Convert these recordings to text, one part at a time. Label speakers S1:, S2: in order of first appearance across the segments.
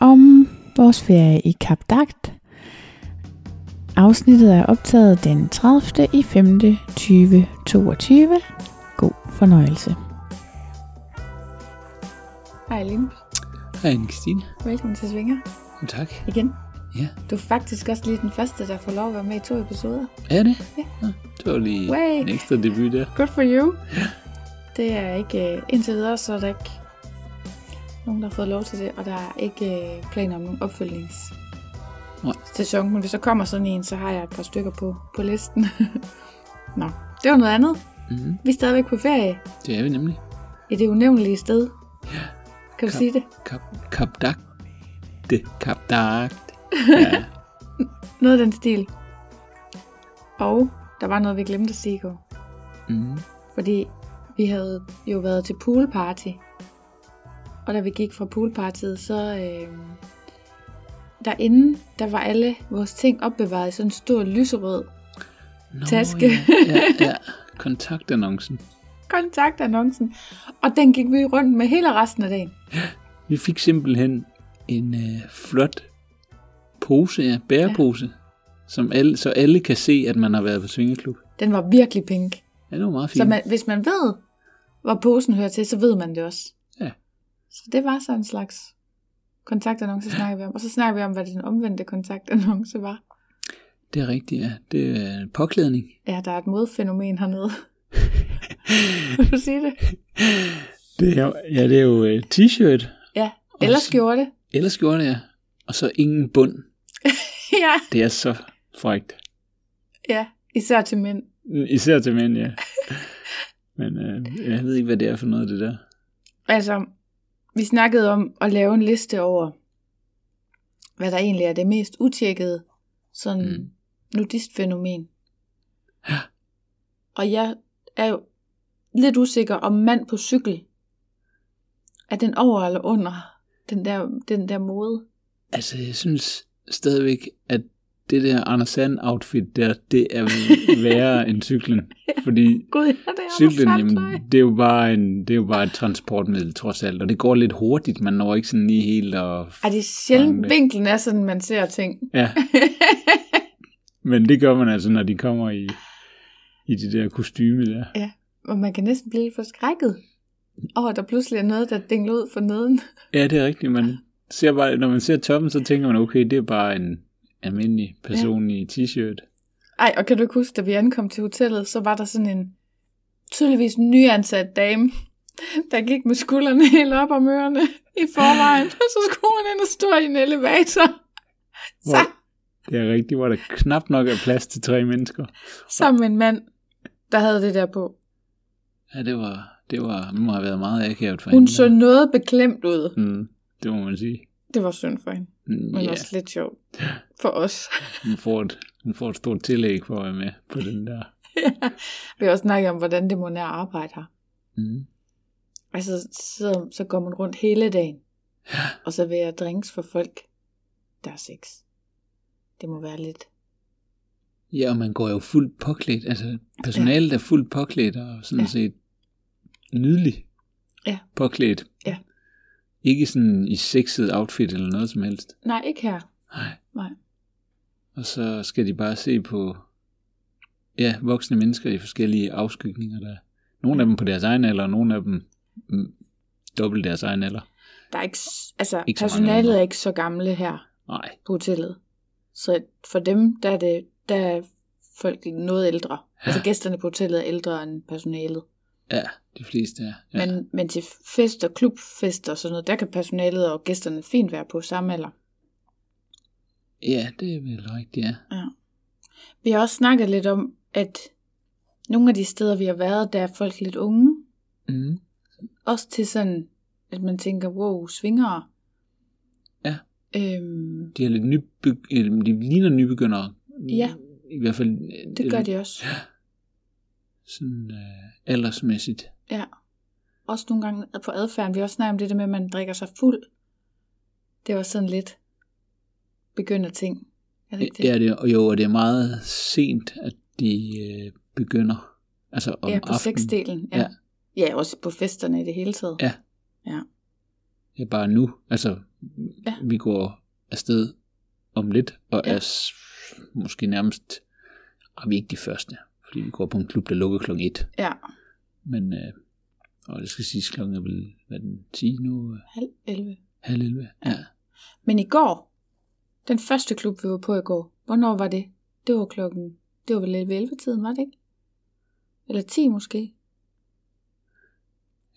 S1: om vores ferie i Kap Dagt. Afsnittet er optaget den 30. i 5. 2022. God fornøjelse. Hej Aline,
S2: Hej Anne-Christine.
S1: velkommen til Svinger
S2: Jo, Tak.
S1: igen.
S2: Ja.
S1: Du er faktisk også lige den første, der får lov at være med i to episoder.
S2: Er det?
S1: Ja.
S2: Nå, Det var lige
S1: Way.
S2: en ekstra debut der.
S1: Good for you. Det er ikke øh, indtil videre, så er der ikke nogen, der har fået lov til det, og der er ikke øh, planer om nogen opfølgningssæson.
S2: Nej.
S1: Men hvis der kommer sådan en, så har jeg et par stykker på, på listen. Nå, det var noget andet.
S2: Mm-hmm.
S1: Vi er stadigvæk på ferie
S2: Det er vi nemlig.
S1: i det unævnlige sted. Kan du sige det?
S2: Kap, kapdak. Det kapdagt. Ja.
S1: Noget af den stil. Og der var noget, vi glemte at sige i går.
S2: mm.
S1: Fordi vi havde jo været til poolparty. Og da vi gik fra poolpartiet, så øh, derinde, der var alle vores ting opbevaret i sådan en stor lyserød
S2: Nå,
S1: Taske.
S2: Ja, ja, ja. Kontaktannoncen.
S1: kontaktannoncen. Og den gik vi rundt med hele resten af dagen.
S2: Vi fik simpelthen en øh, flot pose, ja, bærepose, ja. som alle, så alle kan se, at man har været på svingeklub.
S1: Den var virkelig pink.
S2: Ja, det var meget
S1: Så
S2: fint.
S1: man, hvis man ved, hvor posen hører til, så ved man det også.
S2: Ja.
S1: Så det var sådan en slags kontaktannonce, snakker vi om. Og så snakker vi om, hvad den omvendte kontaktannonce var.
S2: Det er rigtigt, ja. Det er øh, påklædning.
S1: Ja, der er et modfænomen hernede. Vil du sige det?
S2: Det er, jo- ja, det er jo øh, t-shirt.
S1: Ja, eller
S2: Også-
S1: skjorte.
S2: Ellers gjorde det, ja. Og så ingen bund.
S1: ja.
S2: Det er så frægt.
S1: ja, især til mænd.
S2: Især til mænd, ja. Men øh, jeg ved ikke, hvad det er for noget, det der.
S1: Altså, vi snakkede om at lave en liste over, hvad der egentlig er det mest utjekkede sådan mm.
S2: Mm.
S1: nudistfænomen. Og jeg er jo lidt usikker om mand på cykel. Er den over eller under den der, den der mode?
S2: Altså, jeg synes stadigvæk, at det der Anders Sand outfit der, det er værre end cyklen. Fordi
S1: Gud, ja, det er
S2: cyklen,
S1: Anders Saltløj.
S2: jamen, det, er jo bare en, det er jo bare et transportmiddel, trods alt. Og det går lidt hurtigt, man når ikke sådan lige helt og...
S1: Ej, det er sjældent,
S2: Fange det.
S1: vinklen er sådan, man ser ting.
S2: Ja. Men det gør man altså, når de kommer i, i de der kostyme der.
S1: Og man kan næsten blive lidt forskrækket over, at der pludselig er noget, der dingler ud for neden.
S2: Ja, det er rigtigt. Man ser bare, når man ser toppen, så tænker man, okay, det er bare en almindelig person ja. i t-shirt.
S1: Ej, og kan du ikke huske, da vi ankom til hotellet, så var der sådan en tydeligvis nyansat dame, der gik med skuldrene helt op om ørerne i forvejen, og så skulle hun ind og stå i en elevator
S2: Hvor,
S1: sam-
S2: det er rigtigt, hvor der knap nok er plads til tre mennesker.
S1: sammen med en mand, der havde det der på.
S2: Ja, det var, det var, må have været meget akavet for
S1: Hun
S2: hende.
S1: så noget beklemt ud.
S2: Mm, det må man sige.
S1: Det var synd for hende,
S2: Mm,
S1: men
S2: Ja,
S1: yeah. også lidt sjovt for os.
S2: hun får, et, hun får et stort tillæg for at være med på den der.
S1: Vi har også snakket om, hvordan det må nær arbejde her.
S2: Mm.
S1: Altså, så, så går man rundt hele dagen, og så vil jeg drinks for folk, der er sex. Det må være lidt
S2: Ja, og man går jo fuldt påklædt. Altså, personalet ja. er fuldt påklædt og sådan ja. set nydelig
S3: Ja.
S2: påklædt.
S3: Ja.
S2: Ikke sådan i sexet outfit eller noget som helst.
S3: Nej, ikke her.
S2: Nej.
S3: Nej.
S2: Og så skal de bare se på ja, voksne mennesker i forskellige afskygninger. Der. Nogle af dem på deres egen alder, og nogle af dem mm, dobbelt deres egen alder.
S3: Der er ikke, s- altså,
S2: Ikke
S3: ikke
S2: så mange
S3: personalet
S2: andre.
S3: er ikke så gamle her
S2: Nej,
S3: på hotellet. Så for dem, der er, det, der er folk noget ældre. Ja. Altså gæsterne på hotellet er ældre end personalet.
S2: ja, de fleste er. Ja.
S3: Ja. Men, men til fester, klubfester og sådan noget, der kan personalet og gæsterne fint være på samme alder.
S2: ja, det er vel rigtigt, ja.
S3: Vi har også snakket lidt om, at nogle af de steder, vi har været, der er folk lidt unge.
S2: Mm.
S3: Også til sådan, at man tænker, wow, svingere.
S2: Ja.
S3: Øhm,
S2: De, er lidt nybe- eller de ligner nybegyndere.
S3: Ja.
S2: I hvert fald. øh,
S3: det gør
S2: lidt
S3: de også.
S2: Sådan øh, aldersmæssigt.
S3: Ja. Også nogle gange på adfærden. Vi har også snakket om det der med, at man drikker sig fuld. Det var sådan lidt begynder ting. Er det ikke det?
S2: Ja, det, og jo, og det er meget sent, at de øh, begynder. Altså om
S3: ja på
S2: aftenen.
S3: sexdelen. Ja.
S2: Ja.
S3: ja, også på festerne i det hele taget.
S2: Ja. Ja, bare nu. Altså,
S3: Ja.
S2: ja. vi går afsted om lidt, og
S3: Ja.
S2: ja. er s- måske nærmest, er vi er ikke de første, fordi vi går på en klub, der lukker klokken 1.
S3: ja.
S2: Men, øh, og det skal siges, klokken er vel, hvad er den, 10 nu? Øh,
S3: Halv 11.
S2: Halv 11? Ja.
S3: Men i går, den første klub, vi var på i går, hvornår var det? Det var klokken, det var vel lidt ved 11 tiden, var det ikke? Eller 10 måske.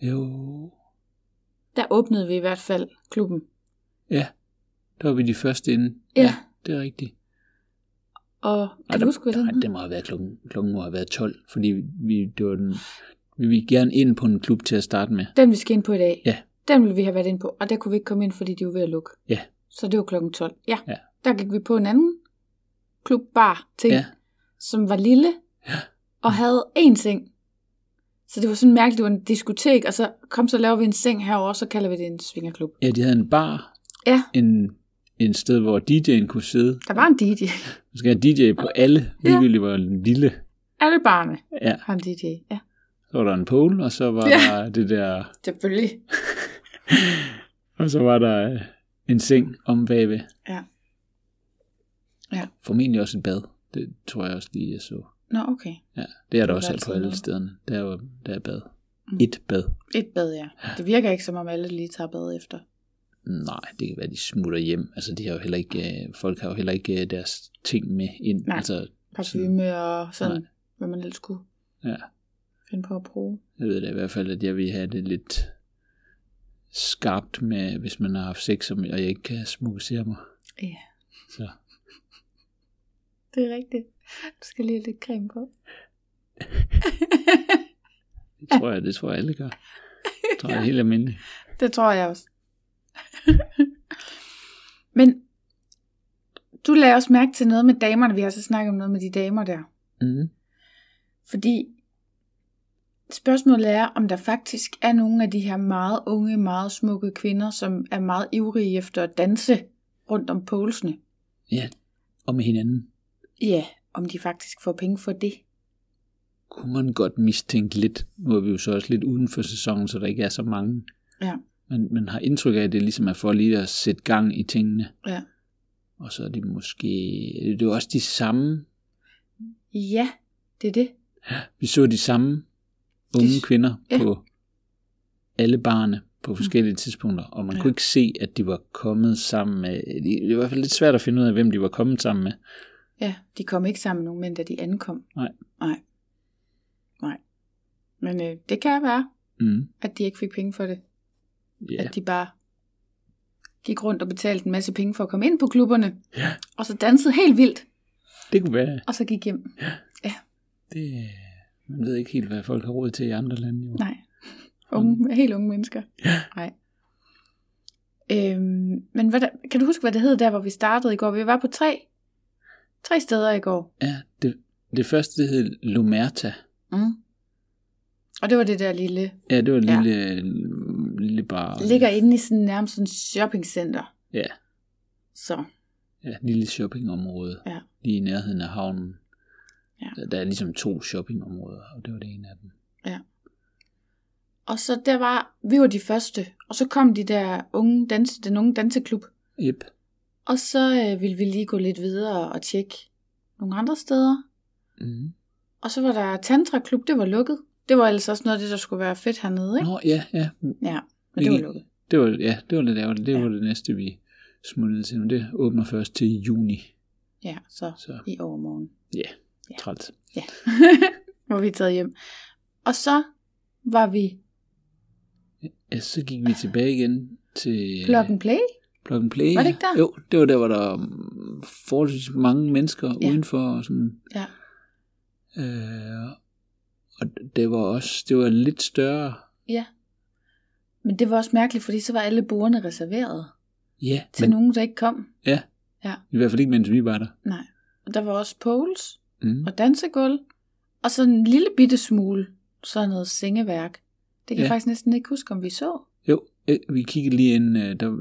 S2: Jo.
S3: Der åbnede vi i hvert fald klubben.
S2: Ja, der var vi de første inde.
S3: Ja.
S2: det er rigtigt.
S3: Og kan
S2: Nej,
S3: du
S2: der,
S3: huske, hvad den
S2: nej,
S3: hed?
S2: det må have været klokken, klokken må have været 12, fordi vi, det var den, vi ville gerne ind på en klub til at starte med.
S3: Den vi skal ind på i dag.
S2: Ja.
S3: Den ville vi have været ind på, og der kunne vi ikke komme ind, fordi de var ved at lukke.
S2: Ja.
S3: Så det var klokken 12. Ja.
S2: Ja.
S3: Der gik vi på en anden klubbar ting,
S2: Ja.
S3: som var lille
S2: Ja.
S3: og havde én seng. Så det var sådan mærkeligt, det var en diskotek, og så kom så laver vi en seng herover, så kalder vi det en svingerklub.
S2: Ja, de havde en bar,
S3: Ja,
S2: en, en sted, hvor DJ'en kunne sidde.
S3: der var en DJ.
S2: Man skal have DJ på alle, ligegyldigt hvor lille.
S3: Alle barne
S2: Ja,
S3: har en DJ. Ja,
S2: så var der en pole, og så var
S3: Ja.
S2: ja. der det der,
S3: selvfølgelig.
S2: og så var der øh, en seng om bagved.
S3: Ja. Ja.
S2: Formentlig også et bad. Det tror jeg også lige, jeg så.
S3: Nå, okay.
S2: Ja, det er der
S3: er
S2: også
S3: altid
S2: på alle
S3: noget.
S2: stederne. Der er, jo- der er bad.
S3: Mm.
S2: Et bad.
S3: Et bad, ja. Det virker ikke, som om alle lige tager bad efter.
S2: Nej, det kan være, de smutter hjem. Altså, de har jo heller ikke, øh, folk har jo heller ikke øh, deres ting med ind.
S3: Nej.
S2: Altså,
S3: Parfume og sådan,
S2: Nej.
S3: hvad man ellers kunne
S2: ja.
S3: finde på at bruge.
S2: Jeg ved da i hvert fald, at jeg vil have det lidt skarpt med, hvis man har haft sex, og jeg ikke kan smukkesere mig.
S3: Ja.
S2: Så
S3: Det er rigtigt. Du skal lige have lidt creme på.
S2: det tror jeg, det tror jeg alle gør. Det tror jeg er helt almindeligt.
S3: det tror jeg også. Men du lagde også mærke til noget med damerne. Vi har så snakket om noget med de damer der.
S2: Mm.
S3: Fordi spørgsmålet er, om der faktisk er nogle af de her meget unge, meget smukke kvinder, som er meget ivrige efter at danse rundt om polsene.
S2: Ja, og med hinanden
S3: Ja, om de faktisk får penge for det.
S2: kunne man godt mistænke lidt. Nu er vi jo så også lidt uden for sæsonen, så der ikke er så mange.
S3: Ja.
S2: Men man har indtryk af, at det ligesom er for lige at sætte gang i tingene.
S3: Ja.
S2: Og så er det måske... Det er jo også de samme...
S3: Ja, det er det.
S2: Vi så de samme unge
S3: De-
S2: kvinder
S3: ja. Mm.
S2: på alle barne på forskellige tidspunkter, og man
S3: Ja.
S2: kunne ikke se, at de var kommet sammen med... Det er i hvert fald lidt svært at finde ud af, hvem de var kommet sammen med.
S3: Ja, de kom ikke sammen med nogen mænd, da de ankom.
S2: Nej.
S3: Nej. Nej. Men øh, det kan være,
S2: Mm.
S3: at de ikke fik penge for det. Ja.
S2: Ja.
S3: At de bare gik rundt og betalte en masse penge for at komme ind på klubberne.
S2: ja,
S3: Og så dansede helt vildt,
S2: det kunne være.
S3: og så gik hjem.
S2: Det, man ved ikke helt, hvad folk har råd til i andre lande. Jo.
S3: Nej. Unge, helt unge mennesker.
S2: Mm. Ja.
S3: Nej. Øhm, men hvad der, kan du huske, hvad det hed der, hvor vi startede i går? Vi var på tre, tre steder i går.
S2: Ja, det, det første det hed Lumerta.
S3: Mm. Og det var det der lille
S2: Ja, det var en
S3: Ja.
S2: lille, lille bar.
S3: ligger inde i sådan nærmest sådan et shoppingcenter.
S2: Ja.
S3: Så
S2: Ja, et lille shoppingområde
S3: Ja.
S2: lige i nærheden af havnen.
S3: Ja.
S2: Der, der er ligesom to shoppingområder, og det var det ene af dem.
S3: Og så der var, vi var de første, og så kom de der unge danse, den unge danseklub,
S2: Yep.
S3: og så øh, ville vi lige gå lidt videre og tjekke nogle andre steder.
S2: Mm.
S3: Og så var der tantraklub, det var lukket. Det var ellers også noget af det, der skulle være fedt hernede, ikke?
S2: Nå, ja, ja.
S3: Ja, men det var
S2: Hvilken-
S3: lukket.
S2: Det var, ja, det var lidt ærgerligt. Det
S3: Ja.
S2: ja. var det næste, vi smuttede til. Men det åbner først til juni,
S3: Ja, så
S2: så
S3: i overmorgen. Ja.
S2: ja. træls.
S3: Ja. Hvor vi er taget hjem. Og så var vi
S2: Ja, så gik vi tilbage igen til...
S3: plug and play.
S2: Plug and Play.
S3: Var det ikke der?
S2: Jo, det var der, hvor der mm, forholdsvis mange mennesker
S3: Ja.
S2: ja. udenfor. Og sådan,
S3: Ja.
S2: øh, og det var også, det var lidt større.
S3: Ja. Men det var også mærkeligt, fordi så var alle bordene reserveret
S2: Ja,
S3: til Men... nogen, der ikke kom.
S2: ja,
S3: Ja.
S2: i hvert fald ikke, mens vi var der.
S3: Nej. Og der var også poles
S2: Mm.
S3: og dansegulv, og så en lille bitte smule sådan noget sengeværk. Det kan ja. jeg
S2: Ja.
S3: faktisk næsten ikke huske, om vi så.
S2: Jo, øh, vi kiggede lige ind, øh, der,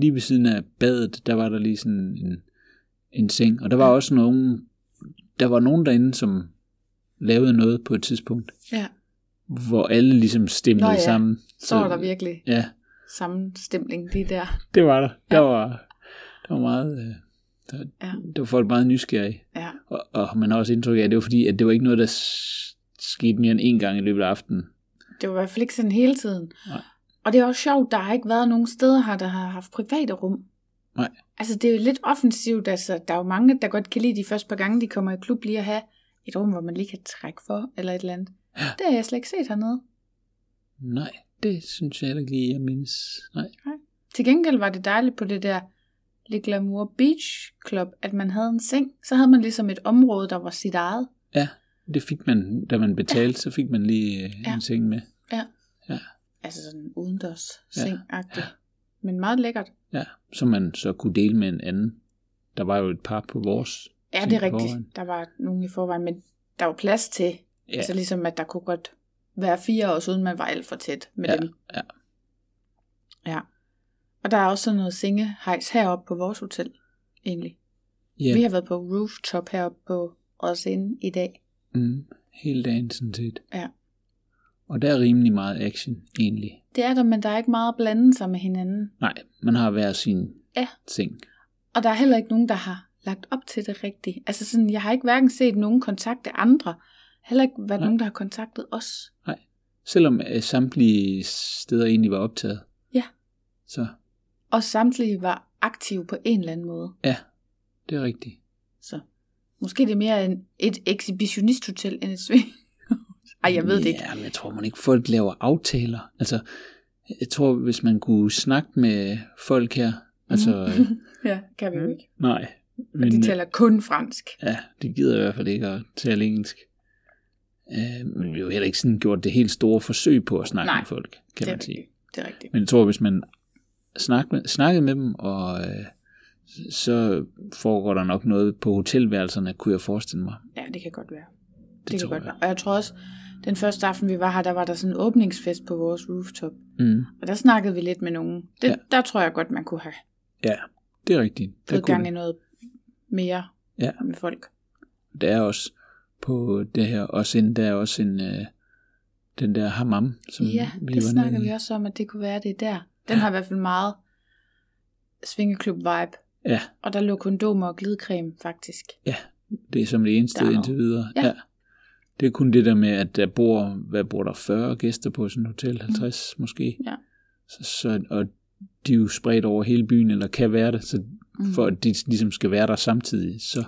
S2: lige ved siden af badet, der var der lige sådan en, en seng. Og der var
S3: Ja.
S2: også nogen, der var nogen derinde, som lavede noget på et tidspunkt,
S3: Ja.
S2: hvor alle ligesom stemte
S3: Nå ja,
S2: sammen.
S3: Så var der virkelig
S2: Ja,
S3: sammenstemning lige der.
S2: Det var der.
S3: Ja.
S2: Der var, der var meget... øh, Der, ja.
S3: Ja.
S2: der var folk meget nysgerrige.
S3: Ja.
S2: Og, og man har også indtryk af, at det var fordi, at det var ikke noget, der s- skete mere end én gang i løbet af aftenen.
S3: Det var i hvert fald ikke sådan hele tiden.
S2: Nej.
S3: Og det er også sjovt, der har ikke været nogen steder her, der har haft private rum.
S2: Nej.
S3: Altså, det er jo lidt offensivt. Altså, der er jo mange, der godt kan lide de første par gange, de kommer i klub lige at have et rum, hvor man lige kan trække for, eller et eller andet. Det har jeg slet ikke set hernede.
S2: Nej, det synes jeg heller ikke lige, jeg mindes. Nej.
S3: Til gengæld var det dejligt på det der Le Glamour Beach Club, at man havde en seng. Så havde man ligesom et område, der var sit eget.
S2: Ja, det fik man, da man betalte, så fik man lige øh,
S3: Ja.
S2: en ting med.
S3: Altså sådan udendørs
S2: Ja.
S3: seng ja. Men meget lækkert.
S2: Ja, som man så kunne dele med en anden. Der var jo et par på vores.
S3: Ja,
S2: ting
S3: det er
S2: i
S3: rigtigt.
S2: forvejen.
S3: Der var nogen i forvejen, men der var plads til. Ja.
S2: Ja.
S3: Så ligesom, at der kunne godt være fire år, uden man var alt for tæt med
S2: Ja,
S3: dem.
S2: ja.
S3: Ja. Og der er også sådan noget sengehejs heroppe på vores hotel, egentlig. Ja.
S2: Ja,
S3: Vi har været på rooftop heroppe på os inde i dag.
S2: mm, hele dagen sådan set.
S3: Ja.
S2: Og der er rimelig meget action, egentlig.
S3: Det er der, men der er ikke meget at blande sig med hinanden.
S2: Nej, man har hver sin
S3: Ja.
S2: ting.
S3: Og der er heller ikke nogen, der har lagt op til det rigtigt. Altså sådan, jeg har ikke hverken set nogen kontakte andre, heller ikke været
S2: Nej.
S3: nogen, der har kontaktet os.
S2: Selvom øh, samtlige steder egentlig var optaget.
S3: Ja.
S2: Så
S3: Og samtlige var aktive på en eller anden måde.
S2: ja, det er rigtigt.
S3: Så måske det er mere en, et exhibitionisthotel end et sving. Ej, jeg ved det ikke.
S2: Ja, men jeg tror man ikke, folk laver aftaler. Altså, jeg tror, hvis man kunne snakke med folk her, altså, øh,
S3: ja, kan vi jo ikke.
S2: nej.
S3: Men, Mhm. de
S2: øh,
S3: taler kun fransk.
S2: Ja, de gider i hvert fald ikke at tale engelsk. Øh, men vi har jo heller ikke sådan gjort det helt store forsøg på at snakke
S3: Nej,
S2: med folk, kan
S3: det er
S2: man sige.
S3: rigtigt. Det er rigtigt.
S2: Men jeg tror, hvis man snakker med, snakkede med dem, og øh, så foregår der nok noget på hotelværelserne, kunne jeg forestille mig.
S3: Ja, det kan godt være. Det,
S2: Det
S3: det kan
S2: tror
S3: godt
S2: jeg.
S3: være. Og jeg tror også, den første aften, vi var her, der var der sådan en åbningsfest på vores rooftop.
S2: Mm.
S3: Og der snakkede vi lidt med nogen. Det, ja.
S2: Ja.
S3: Der tror jeg godt, man kunne have
S2: Ja, det er rigtigt. Der,
S3: fået gang i
S2: kunne,
S3: noget mere
S2: Ja.
S3: med folk.
S2: der er også på det her, også en, der er også en, øh, den der hammam, som
S3: ja,
S2: vi
S3: det
S2: var
S3: snakker
S2: nede i.
S3: vi også om, at det kunne være, det er der. Den har i hvert fald meget svingeklub-vibe.
S2: Ja,
S3: Og der lå kondomer og glidecreme, faktisk.
S2: det er som det eneste
S3: Der er
S2: indtil videre.
S3: Ja.
S2: Det er kun det der med, at der bor, hvad bor der, 40 gæster på sådan et hotel, 50 mm. måske.
S3: Ja.
S2: Så, så, og de er jo spredt over hele byen, eller kan være det, så
S3: Mm.
S2: for at de ligesom skal være der samtidig. Så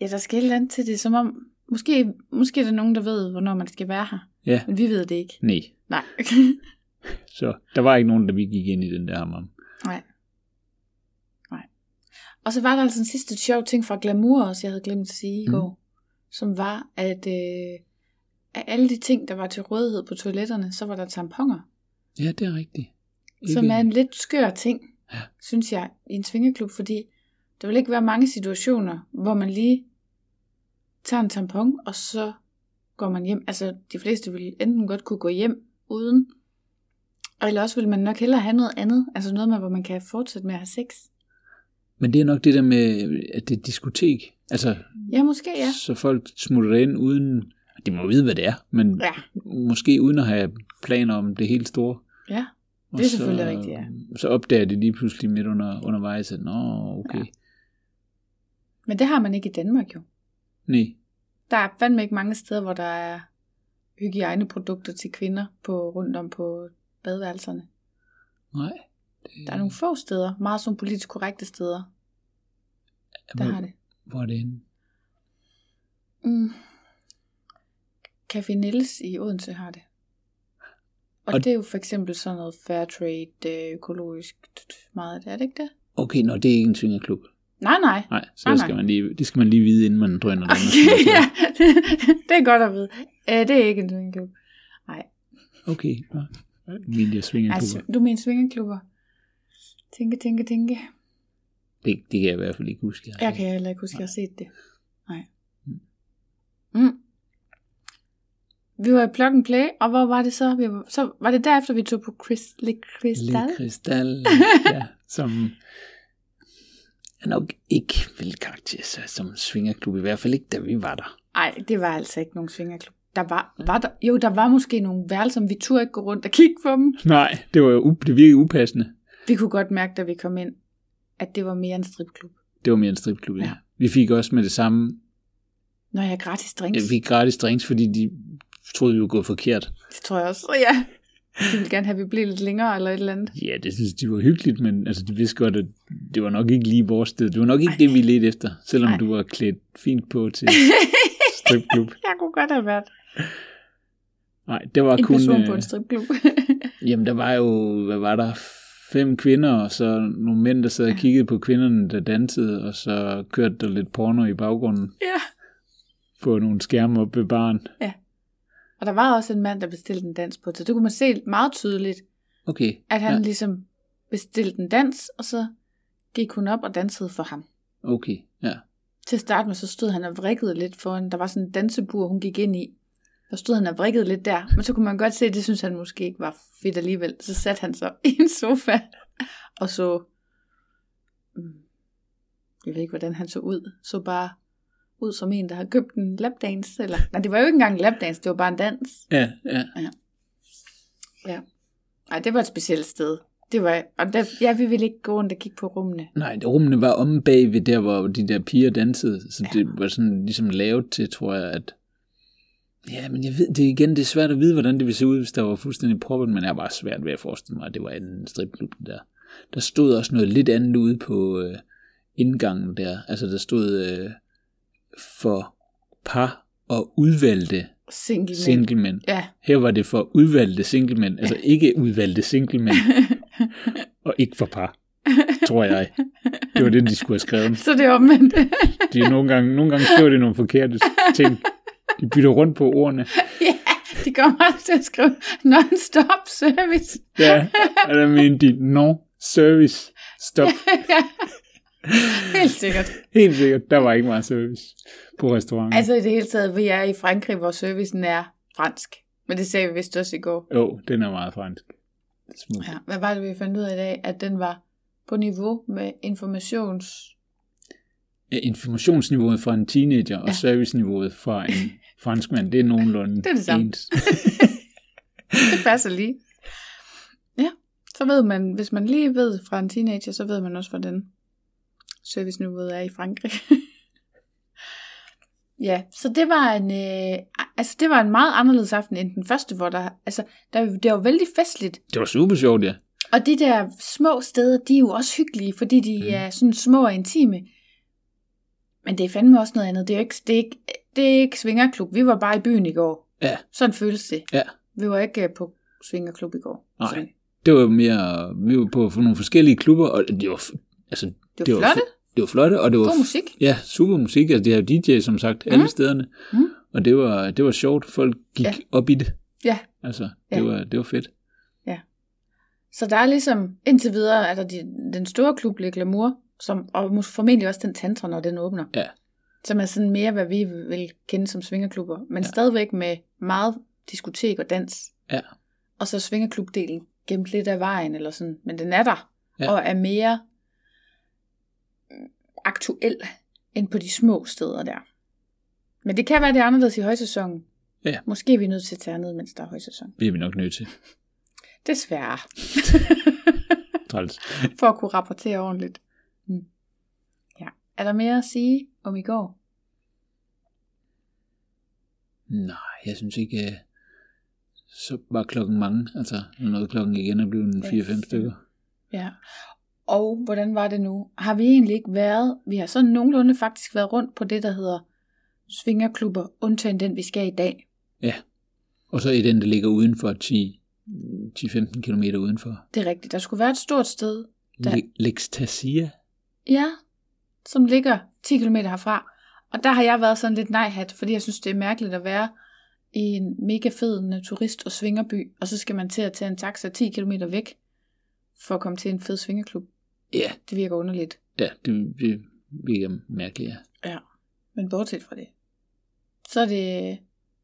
S3: Ja, der skal et eller andet til det, er som om... Måske, måske er der nogen, der ved, hvornår man skal være her.
S2: ja,
S3: Men vi ved det ikke.
S2: nej.
S3: Nej.
S2: Så der var ikke nogen, der vi gik ind i den der hammam.
S3: Nej. Nej. Og så var der altså en sidste sjov ting fra Glamour også, jeg havde glemt at sige i
S2: Mm.
S3: går. Som var, at øh, af alle de ting, der var til rådighed på toiletterne, så var der tamponer.
S2: Ja, det er rigtigt. Ikke-
S3: Som er en lidt skør ting,
S2: Ja.
S3: synes jeg, i en svingeklub. Fordi der vil ikke være mange situationer, hvor man lige tager en tampon, og så går man hjem. Altså, de fleste ville enten godt kunne gå hjem uden, og eller også ville man nok hellere have noget andet. Altså noget med, hvor man kan fortsætte med at have sex.
S2: Men det er nok det der med, at det er et diskotek. Altså,
S3: Ja, måske ja.
S2: så folk smutter ind uden... De må vide, hvad det er, men
S3: Ja,
S2: måske uden at have planer om det helt store.
S3: ja.
S2: Og
S3: Det er selvfølgelig rigtigt, ja.
S2: Så opdager de lige pludselig midt under, undervejs, at nå, okay, ja.
S3: Men det har man ikke i Danmark jo.
S2: nej,
S3: Der er fandme ikke mange steder, hvor der er hygiejneprodukter til kvinder på, rundt om på badeværelserne.
S2: nej.
S3: Der
S2: Mm.
S3: er nogle få steder, meget som politisk korrekte steder, der
S2: hvor,
S3: har det.
S2: Hvor er det henne?
S3: Mm. Café Niels i Odense har det. Og,
S2: Og-
S3: og det er jo for eksempel sådan noget fair trade, øh, økologisk, t- t- meget af det, er det ikke det?
S2: Okay, nå, det er ikke en svingerklub.
S3: Nej, nej.
S2: Nej, så
S3: Nej,
S2: det
S3: nej.
S2: skal, man lige, det skal man lige vide, inden man drøner den.
S3: Okay, ja. det er godt at vide. Øh, det er ikke en swingerklub.
S2: Okay, nå. Men jeg svinger
S3: Altså, du mener swingerklubber? Tænke, tænke, tænke.
S2: det, det kan jeg i hvert fald ikke huske.
S3: Jeg kan heller ikke huske, at jeg har set det. Nej. Mm. Vi var i Plug and Play, og hvor var det så? Vi var, så var det derefter, vi tog på Chris, Le Cristal?
S2: Le kristal, ja, som jeg nok ikke vil karakterisere som svingerklub, i hvert fald ikke, da vi var der.
S3: Nej, det var altså ikke nogen svingerklub. Der var,
S2: Mm.
S3: var der, jo, der var måske nogle værelser, men vi turde ikke gå rundt og kigge på dem.
S2: Nej, det var jo up, det virkede upassende.
S3: Vi kunne godt mærke, da vi kom ind, at det var mere en stripklub.
S2: Det var mere en stripklub, ja.
S3: Ja.
S2: ja. Vi fik også med det samme,
S3: Når jeg er gratis drinks,
S2: ja, vi fik gratis drinks, fordi de troede, vi var gået forkert.
S3: det tror jeg også. Ja. De ville gerne have, at vi blev lidt længere eller et eller andet.
S2: Ja, det synes de var hyggeligt, men altså, de vidste godt, at det var nok ikke lige vores sted. Det var nok ikke Ej. det, vi ledte efter, selvom
S3: Ej.
S2: Ej. du var klædt fint på til stripklub.
S3: Jeg kunne godt have været
S2: Nej, det var
S3: en
S2: kun...
S3: person på
S2: øh,
S3: en stripklub.
S2: Jamen, der var jo, hvad var der, fem kvinder, og så nogle mænd, der sad og kiggede på kvinderne, der dansede, og så kørte der lidt porno i baggrunden
S3: ja.
S2: på nogle skærme op ved baren.
S3: Og der var også en mand, der bestilte en dans på det. Så det kunne man se meget tydeligt,
S2: Okay,
S3: at han ja.
S2: Ja.
S3: ligesom bestilte en dans, og så gik hun op og dansede for ham.
S2: okay, ja.
S3: Til at starte med, så stod han og vrikkede lidt foran. Der var sådan en dansebur, hun gik ind i. Der stod han og vrikkede lidt der. Men så kunne man godt se, at det synes han måske ikke var fedt alligevel. Så satte han sig i en sofa og så... mm, Jeg ved ikke, hvordan han så ud. Så bare ud som en, der har købt en lapdance. Eller... Nej, det var jo ikke engang en lapdance, det var bare en dans.
S2: Ja, ja.
S3: Nej, det var et specielt sted. Det var, og der, ja, vi ville ikke gå rundt og kigge på rummene.
S2: Nej, rummene var omme bagved der, hvor de der piger dansede, så
S3: Ja.
S2: det var sådan ligesom lavet til, tror jeg, at... Ja, men jeg ved, det er igen, det er svært at vide, hvordan det ville se ud, hvis der var fuldstændig proppet, men jeg var svært ved at forestille mig, at det var en stripklub det der. Der stod også noget lidt andet ude på øh, indgangen der. Altså, der stod øh, for par og udvalgte
S3: Single. men-
S2: singlemænd.
S3: Ja,
S2: Her var det for udvalgte singlemænd, altså ikke udvalgte singlemænd, og ikke for par, tror jeg. Det var det, de skulle have skrevet.
S3: så det er omvendt.
S2: De er nogle gange, nogle gange skriver de nogle forkerte ting. De bytter rundt på ordene.
S3: ja, de kommer også til at skrive non-stop service.
S2: Ja, og der mener de, no, service, stop.
S3: ja, helt sikkert.
S2: Helt sikkert, der var ikke meget service på restauranten.
S3: Altså i det hele taget, vi er i Frankrig, hvor servicen er fransk. Men det sagde vi vist også i går.
S2: Jo, oh, den er meget fransk. Smuk.
S3: Ja, hvad var det, vi fandt ud af i dag? At den var på niveau med informations...
S2: Ja. Informationsniveauet fra en teenager og
S3: Ja.
S2: serviceniveauet fra en franskmand, det er nogenlunde
S3: Det er det samme.
S2: ens.
S3: Det passer lige. Ja, så ved man, hvis man lige ved fra en teenager, så ved man også, hvordan serviceniveauet er i Frankrig. ja, så det var en, øh, altså det var en meget anderledes aften end den første, hvor der, altså der, det var vældig festligt.
S2: Det var super sjovt, ja.
S3: Og de der små steder, de er jo også hyggelige, fordi de mm.
S2: Mm.
S3: er sådan små og intime. Men det er fandme også noget andet. Det er jo ikke, det er ikke, det er ikke svingerklub. Vi var bare i byen i går.
S2: Ja.
S3: Sådan føles det.
S2: Ja.
S3: Vi var ikke øh, på svingerklub i går.
S2: Nej.
S3: Sådan.
S2: Det var mere, vi var på nogle forskellige klubber, og det var, f- altså,
S3: Det var flot.
S2: f- det var flotte, og det var
S3: God
S2: f-
S3: musik.
S2: Ja, super musik. Altså, de har jo DJ, som sagt, alle
S3: Mm.
S2: stederne.
S3: Mm.
S2: Og det var, det var sjovt. Folk gik
S3: Ja.
S2: ja. op i det.
S3: Ja.
S2: Altså, det,
S3: Ja.
S2: Var, det var fedt.
S3: Så der er ligesom, indtil videre er der de, den store klub Le Glamour, som, og mås- formentlig også den tantra, når den åbner.
S2: Ja.
S3: Som er sådan mere, hvad vi vil kende som svingerklubber, men ja.
S2: Ja.
S3: stadigvæk med meget diskotek og dans.
S2: Ja.
S3: Og så svingerklubdelen gemt lidt af vejen, eller sådan, men den er der,
S2: Ja.
S3: og er mere mm, aktuel end på de små steder der. Men det kan være, det er anderledes i højsæsonen.
S2: Ja.
S3: Måske er vi nødt til at tage ned, mens der er højsæson.
S2: bliver vi nok nødt til.
S3: Desværre.
S2: Træls.
S3: for at kunne rapportere ordentligt. Mm. Ja. Er der mere at sige om i går?
S2: Nej, jeg synes ikke, øh, så var klokken mange. Altså, nu nåede klokken igen og blev en
S3: Ja.
S2: 4-5 stykker.
S3: Ja. Og hvordan var det nu? Har vi egentlig ikke været, vi har sådan nogenlunde faktisk været rundt på det, der hedder svingerklubber, undtagen den, vi skal i dag.
S2: Og så i den, der ligger udenfor 10 10-15 km udenfor.
S3: Det er rigtigt. Der skulle være et stort sted, Der-
S2: Le- Lextasia?
S3: ja, som ligger 10 km herfra. Og der har jeg været sådan lidt nejhat, fordi jeg synes, det er mærkeligt at være i en mega fed turist- og svingerby, og så skal man til at tage en taxa 10 km væk for at komme til en fed svingerklub.
S2: Ja,
S3: Det virker underligt.
S2: ja det, det virker mærkeligt, ja.
S3: Men bortset fra det, så er det,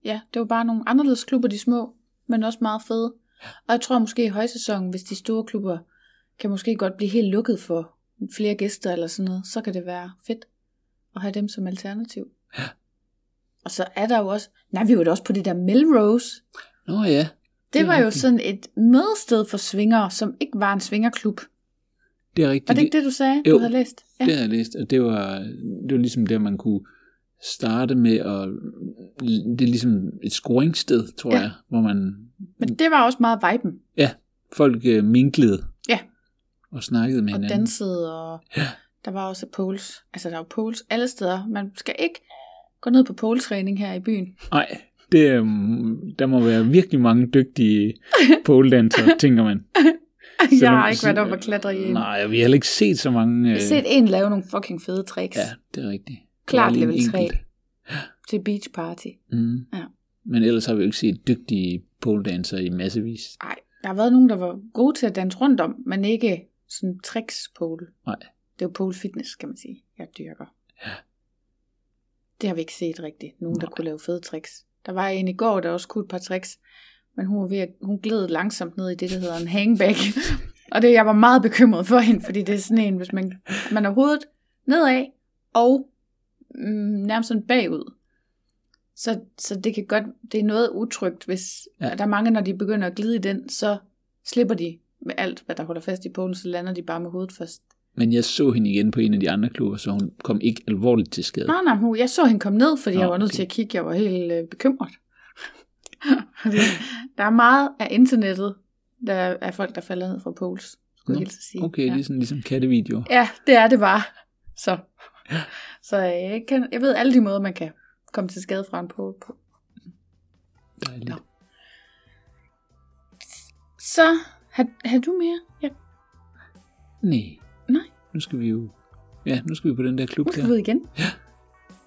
S3: ja, det var bare nogle anderledes klubber, de små, men også meget fede. Og jeg tror måske i højsæsonen, hvis de store klubber kan måske godt blive helt lukket for flere gæster eller sådan noget, så kan det være fedt at have dem som alternativ.
S2: Ja.
S3: Og så er der jo også, nej, vi var da også på det der Melrose.
S2: Nå ja, Det
S3: Det
S2: er
S3: var jo
S2: rigtigt.
S3: sådan et mødested for svingere, som ikke var en svingerklub.
S2: det er rigtigt.
S3: Var det ikke det, du sagde,
S2: Jo.
S3: du havde læst?
S2: Ja. Det har jeg læst, og det var, det var ligesom der, man kunne starte med, og det er ligesom et scoringssted, tror
S3: Ja.
S2: ja. jeg, hvor man,
S3: Men det var også meget viben.
S2: folk øh, minklede
S3: Ja.
S2: og snakkede med
S3: og
S2: hinanden.
S3: dansede, og
S2: Ja.
S3: der var også poles. Altså, der var poles alle steder. Man skal ikke gå ned på poletræning her i byen.
S2: Nej, det, øh, der må være virkelig mange dygtige poledanser, tænker man.
S3: jeg
S2: Selvom-
S3: har ikke været oppe og klatre i en. Jeg
S2: Nej, vi har heller ikke set så mange... øh,
S3: har set en lave nogle fucking fede tricks
S2: Ja, det er rigtigt.
S3: Klart
S2: Der var lige en
S3: level tre.
S2: enkelt.
S3: til beach party.
S2: Mm.
S3: Ja.
S2: Men ellers har vi jo ikke set dygtige poledanser i massevis.
S3: Nej, der har været nogen, der var gode til at danse rundt om, men ikke sådan tricks pole.
S2: Nej.
S3: Det er jo pole fitness, kan man sige, jeg dyrker.
S2: Ja.
S3: Det har vi ikke set rigtigt. Nogen, der kunne lave fede tricks. Der var en i går, der også kunne et par tricks, men hun, var ved at, hun gled langsomt ned i det, der hedder en hangback. og det, jeg var meget bekymret for hende, fordi det er sådan en, hvis man, man har hovedet nedad og mm, nærmest sådan bagud. Så, så det kan godt, det er noget utrygt, hvis
S2: Ja.
S3: ja. der er mange, når de begynder at glide i den, så slipper de med alt, hvad der holder fast i polen, så lander de bare med hovedet først.
S2: Men jeg så hende igen på en af de andre klubber, så hun kom ikke alvorligt til skade.
S3: Nej, nej, hun- jeg så hende komme ned, fordi
S2: Nå,
S3: jeg var nødt
S2: okay.
S3: til at kigge. Jeg var helt øh, bekymret. Fordi der er meget af internettet, der er folk, der falder ned fra poles, skulle jeg
S2: Nå,
S3: helt så sige.
S2: Okay,
S3: ja.
S2: ja. ligesom, ligesom kattevideoer.
S3: ja, det er det bare. Så, så øh, jeg, kan, jeg ved alle de måder, man kan komme til skade fra en pole på.
S2: Dejligt.
S3: Nå. Så, har, har du mere? Ja,
S2: Nej.
S3: Nej.
S2: Nu skal vi jo... Ja, nu skal vi på den der klub
S3: nu skal
S2: der.
S3: vi ud igen.
S2: Ja.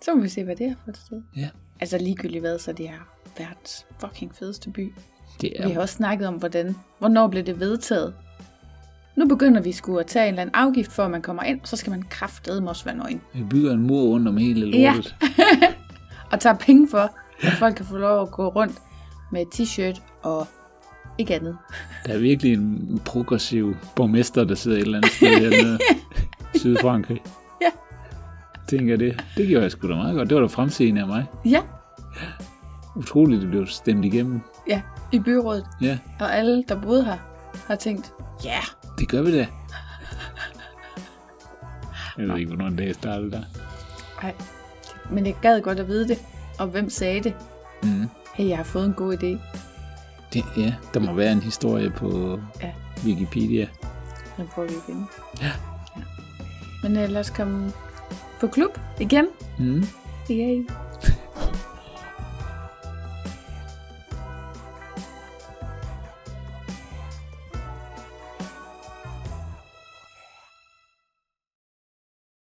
S3: Så må vi se, hvad det er for et sted.
S2: Ja.
S3: Altså ligegyldigt hvad, så det er verdens fucking fedeste by.
S2: Det
S3: Ja. Vi har
S2: er
S3: også snakket om, hvordan, hvornår blev det vedtaget. Nu begynder vi sgu at tage en eller anden afgift, for at man kommer ind, og så skal man kraftedeme også være nøgen.
S2: vi bygger en mur rundt om hele
S3: Ja.
S2: lortet.
S3: Og tager penge for, at folk kan få lov at gå rundt med t-shirt og ikke andet.
S2: Der er virkelig en progressiv borgmester, der sidder et eller andet sted hernede. Sydfrankrig.
S3: Ja.
S2: Tænker det. Det gjorde jeg sgu da meget godt. Det var da fremseende af mig.
S3: Ja,
S2: Utroligt, det blev stemt igennem.
S3: ja, i byrådet.
S2: Ja,
S3: Og alle, der boede her, har tænkt, ja, yeah.
S2: det gør vi da. Jeg ved ikke, hvornår en dag startede der.
S3: Ej. men jeg gad godt at vide det. Og hvem sagde det?
S2: Mm.
S3: Hey, jeg har fået en god idé.
S2: Det, ja, der må være en historie på
S3: Ja.
S2: Wikipedia.
S3: Den prøver vi igen. øh, Ja. Men uh, lad os komme på klub igen.
S2: Mm.
S3: Yay.